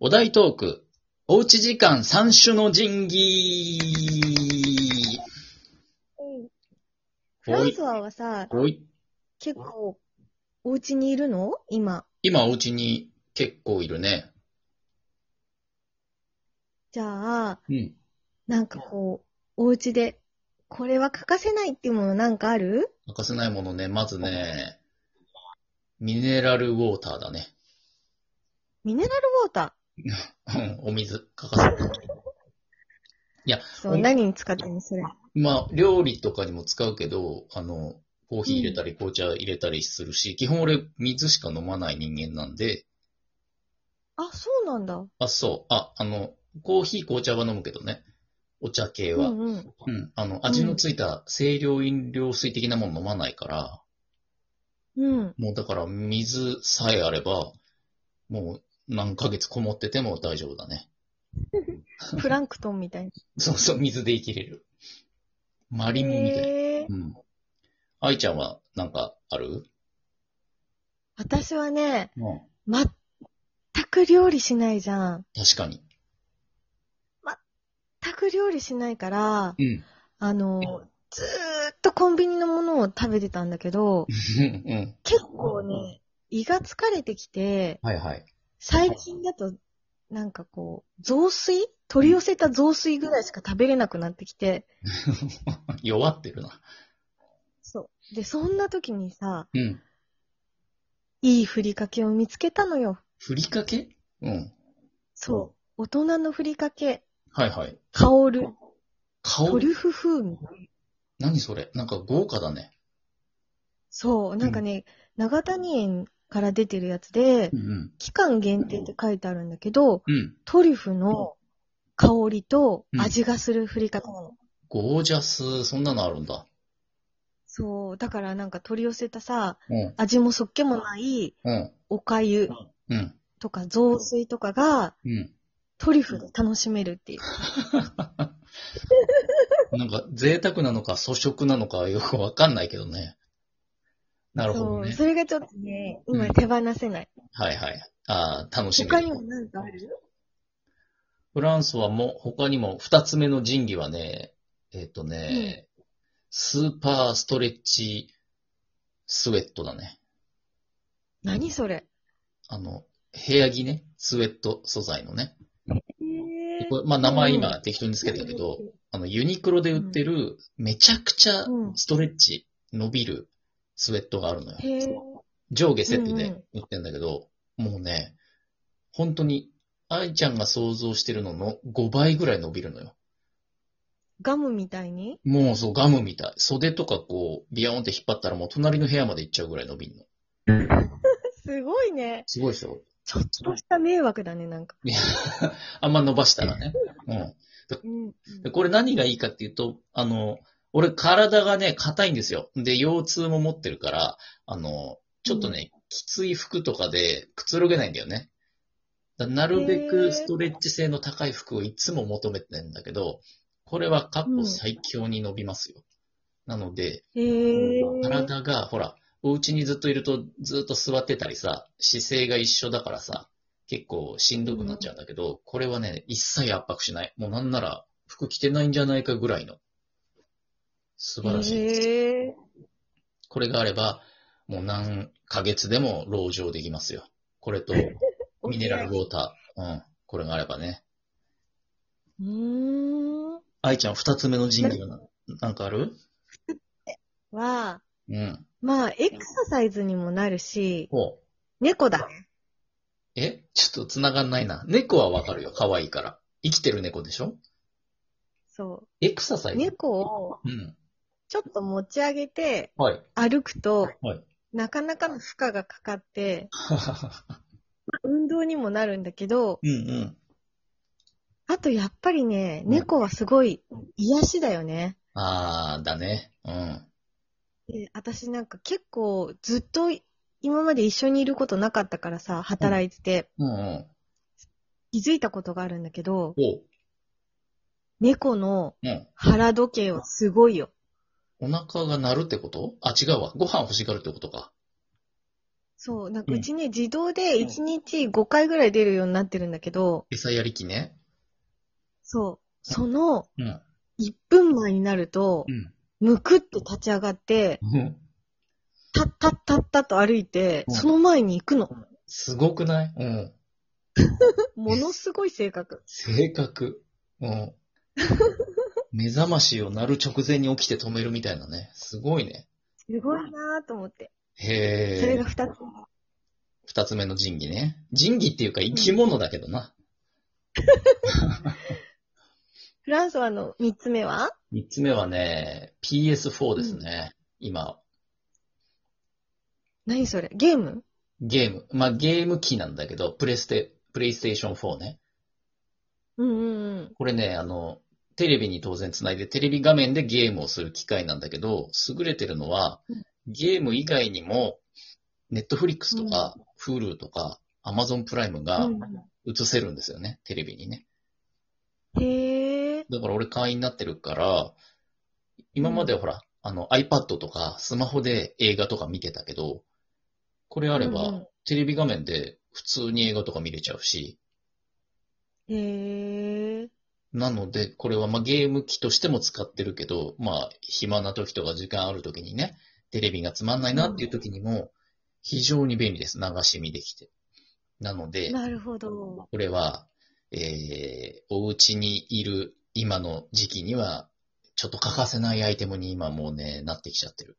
お題トーク、おうち時間三種の神器うんフラおンいスワはさ、おい結構、お家にいるの今。今お家に結構いるね。じゃあ、うん。なんかこう、お家で、これは欠かせないっていうものなんかある欠かせないものね、まずね、ミネラルウォーターだね。 ミネラルウォータうんお水欠かせない。ー。そう、うん何に使ってもそれ。まあ、料理とかにも使うけど、あの、コーヒー入れたり紅茶入れたりするし、基本俺水しか飲まない人間なんで、あ、そうなんだ。あ、そう、あ、あの、コーヒー紅茶は飲むけどね。お茶系うは。んううん。ん、あの、味のついた清涼飲料水的なもの飲まないから、うん。もうだから水さえあれば、もう何ヶ月こもってても大丈夫だね。プランクトンみたいな。そうそう、水で生きれる。マリモみたいな。へーうん。愛ちゃんはなんかある私はね、うん。全く料理しないじゃん。確かに。全く料理しないから、うん。あの、ずーっとコンビニのものを食べてたんだけ ど、うん。結構ね、胃が疲れてきて、はいはい。最近だと、なんかこう、雑炊取り寄せた雑炊ぐらいしか食べれなくなってきて、弱ってるな。そう。で、そんな時にさ、うん。いいふりかけを見つけたのよ。ふりかけうん。そう。大人のふりかけ、はいはい。香る、香トリりュフ風味。何それなんか豪華だね。そう。なんかね、長谷園から出てるやつでう、ん期間限定って書いてあるんだけど、うん。うん。トリュフの香りと味がするふりかけなの。ゴージャス、そんなのあるんだ。そう、だからなんか取り寄せたさ、うん。味もそっけもないうん。おかゆうん。とか雑炊とかがうん。トリュフで楽しめるっていう。なんか、贅沢なのか、粗食なのか、よくわかんないけどね。なるほどそう、ね。それがちょっとね、うん今手放せない。はいはい。ああ、楽しみ。他にもなんかあるフランスはもう、他にも、二つ目の神器はね、えっ、とね、スーパーストレッチスウェットだね。何それあの、部屋着ね、スウェット素材のね。えーこれまあ、名前うん今適当につけたけど、あの、ユニクロで売ってる、めちゃくちゃうんストレッチ、伸びるスウェットがあるのよ。へー上下セットうでんう売ってんだけど、もうね、本当に、愛ちゃんが想像してるのの5倍ぐらい伸びるのよ。ガムみたいにもうそう、ガムみたい。袖とかこう、ビヨーンって引っ張ったらもう隣の部屋まで行っちゃうぐらい伸びるの。すごいね。すごいでしょちょっとした迷惑だね、なんか。いやあんま伸ばしたらね。うん。うん。でこれ何がいいかっていうと、あの、俺体がね、硬いんですよ。で、腰痛も持ってるから、あの、ちょっとね、きつい服とかでくつろげないんだよね。だなるべへーくストレッチ性の高い服をいつも求めてんだけど、これは過去最強に伸びますよ。なので、へー。体が、ほら、お家にずっといるとずっと座ってたりさ、姿勢が一緒だからさ、結構しんどくなっちゃうんだけど、これはね、一切圧迫しない。もうなんなら服着てないんじゃないかぐらいの。素晴らしいです。へー。これがあれば、もう何ヶ月でも籠城できますよ。これと、ミネラルウォーター。うん。これがあればね。うーん。愛ちゃん、二つ目の人器はななんかあるは、うん。まあ、エクササイズにもなるし、ほう。猫だ。えちょっと繋がんないな。猫はわかるよ。可愛いから。生きてる猫でしょそエクササう。イズ。猫をうん。ちょっと持ち上げてはい。歩くと、はいなかなかの負荷がかかって、運動にもなるんだけ ど、うんうん。あとやっぱりね、うん猫はすごい癒しだよね。あー、だね。うん。で私なんか結構ずっと今まで一緒にいることなかったからさ、働いてて、うんうん。気づいたことがあるんだけど、おう。猫のうん。腹時計はすごいよ。お腹が鳴るってことあ、違うわ。ご飯欲しがるってことか。そう、なんかうんうちね、自動で1日5回ぐらい出るようになってるんだけど、餌やり機ね。そう、そのうん。 1分前になると、むくって立ち上がって、うん。たったったったと歩いて、うんその前に行くの。すごくないうん。ものすごい性格。性格。うん。 目覚ましを鳴る直前に起きて止めるみたいなね。すごいね。すごいなぁと思って。それへえ。が2つ。二つ目の神器ね。神器っていうか生き物だけどな。フランスはの3つ目は三つ目はね、PS4 ですね。今、何それゲームゲーム。まあ、ゲーム機なんだけど、プレステ、プレイステーション4ね。うんうんうん。これね、あの、テレビに当然つないで、テレビ画面でゲームをする機械なんだけど、優れてるのはうん、ゲーム以外にも、ネットフリックスとか、Hulu とか、Amazon プライムがうん映せるんですよね、テレビにね。へえ。だから俺会員になってるから、今までほら、あの iPad とかスマホで映画とか見てたけど、これあれば、うんうんテレビ画面で普通に映画とか見れちゃうし、へえ。なので、これはまあゲーム機としても使ってるけど、まあ暇な時とか時間ある時にね、テレビがつまんないなっていう時にも、非常に便利です。流し見できて。なので、なるほど。これは、えー、お家にいる今の時期には、ちょっと欠かせないアイテムに今もうね、なってきちゃってる。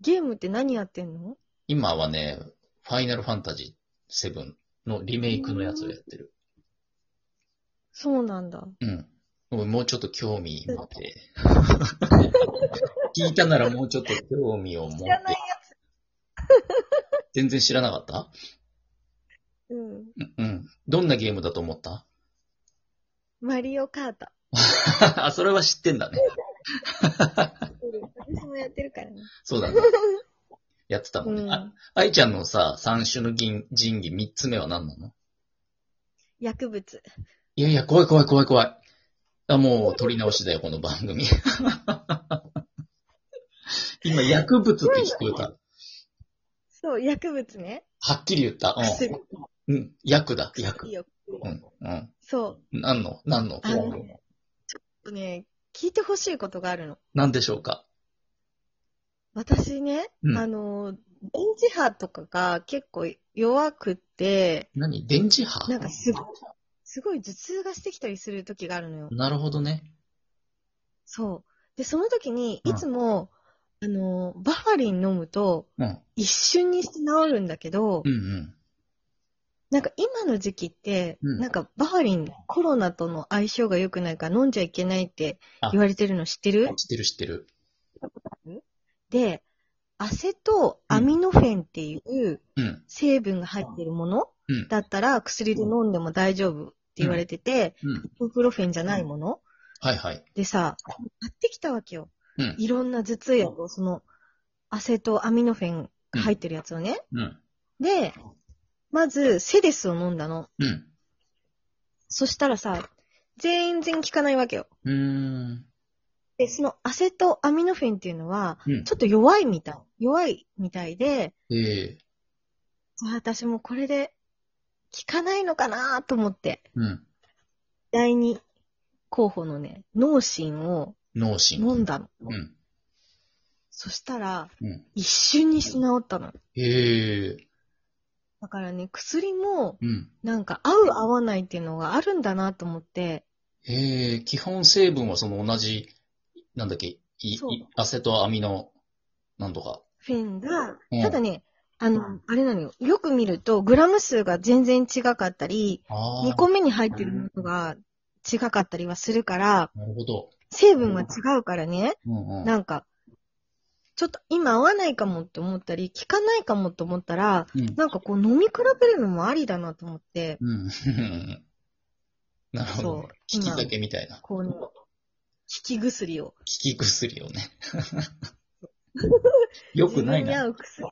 ゲームって何やってんの今はね、ファイナルファンタジー7のリメイクのやつをやってる。そうなんだ。うん。俺もうちょっと興味持 って。聞いたならもうちょっと興味を持って。知らないや全然知らなかったつ。うん。うんうん。どんなゲームだと思った マリオカート。あ、それは知ってんだね。私もやってるから ね。そうだね。やってたもんね。うんあ、愛ちゃんのさ、三種の銀神器三つ目は何なの薬物。いやいや、怖い怖い怖い怖い。あ、もう、取り直しだよ、この番 組。今、薬物って聞こえた。そう、薬物ね。はっきり言った。薬。うん。うん。薬だ、薬。薬よ。うん。うん。そ何の何のあのう。ね、聞いてほしいことがあるの。何でしょうか私ね、うんあの、電磁波とかが結構弱くって、何電磁波なんかすごい、すごい頭痛がしてきたりする時があるのよ。なるほどね。そう。で、その時に、うんいつも、あの、バファリン飲むと、うん。一瞬にして治るんだけど、うんうん。なんか今の時期って、うんなんかバファリンコロナとの相性が良くないから飲んじゃいけないって言われてるの知ってる知ってる知ってる。で、アセトアミノフェンっていううん。成分が入ってるものうんだったら薬で飲んでも大丈夫って言われてて、うん。イプロフェンじゃないものはいはい。でさ、買ってきたわけよ。うん。いろんな頭痛薬を、その、アセトアミノフェンが入ってるやつをね。うん。で、まず、セデスを飲んだの。うん。そしたらさ、全然効かないわけよ。うーん。で、そのアセトアミノフェンっていうのは、うん。ちょっと弱いみたい。弱いみたいで、ええあ私もこれで効かないのかなと思って、うん。第二候補のね、脳神を脳神。飲んだの。うん。そしたら、うん。一瞬にして治ったの。へえ。だからね、薬も、うん。なんか合う合わないっていうのがあるんだなと思って、へえ、基本成分はその同じ、なんだっけ、いいそうアセトアミノ、なんとか。フェンがうん、ただね、あの、あれなのよ。よく見ると、グラム数が全然違かったり、ああ、 2個目に入ってるものが違かったりはするから、なるほど。成分が違うからね、うんうん。なんか、ちょっと今合わないかもって思ったり、効かないかもって思ったら、うん。なんかこう飲み比べるのもありだなと思って、うん。 なるほどそね。う効き酒みたいな。効こうね、効き薬を。き薬をね。 よくない自分に合な。う薬、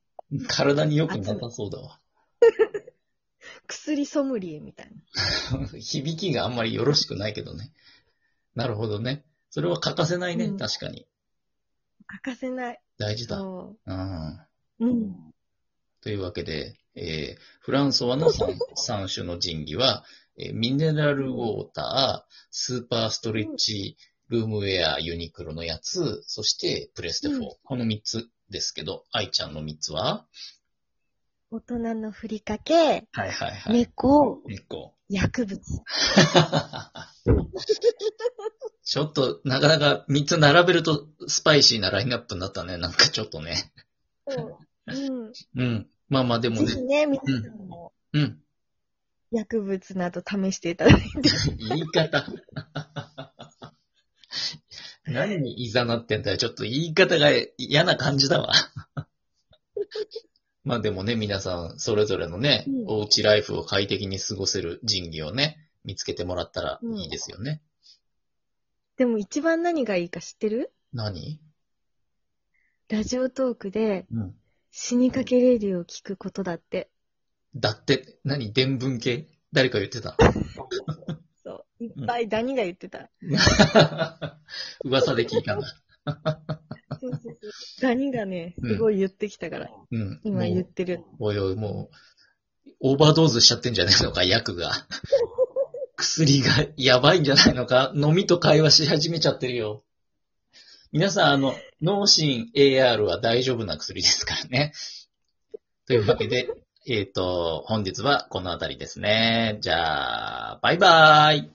体によくなさそうだわ。 薬ソムリエみたいな。響きがあんまりよろしくないけどね。なるほどね。それは欠かせないね。うん確かに。欠かせない。大事だ。そうん。う。うん。というわけで、えーフランソワの 3, 種の神器は、えーミネラルウォーター、スーパーストレッチ、ルームウェア、ユニクロのやつ、そしてプレステ4。うんこの3つですけど、愛ちゃんの3つは大人のふりかけ、はいはいはい。猫、猫。薬物。 ちょっと、なかなか3つ並べるとスパイシーなラインナップになったね。なんかちょっとね。うん。うん。まあまあでもぜねひ。ね、皆さんもうん。薬物など試していただいて。 言い方。 何にいざなってんだよ。ちょっと言い方が嫌な感じだわ。 まあでもね、皆さん、それぞれのね、うんおうちライフを快適に過ごせる人技をね、見つけてもらったらいいですよね。でも一番何がいいか知ってる何ラジオトークでうん。死にかけレディを聞くことだって。だって、何伝文系誰か言ってたそう。いっぱいダニが言ってた。 噂で聞いたんだ。そうそうそうダニがね、うんすごい言ってきたから、うん。今もう言ってる。おいおい、もう、オーバードーズしちゃってんじゃないのか、薬 が。薬がやばいんじゃないのか、飲みと会話し始めちゃってるよ。皆さん、あの、脳神 AR は大丈夫な薬ですからね。というわけで、えっ、と、本日はこのあたりですね。じゃあ、バイバーイ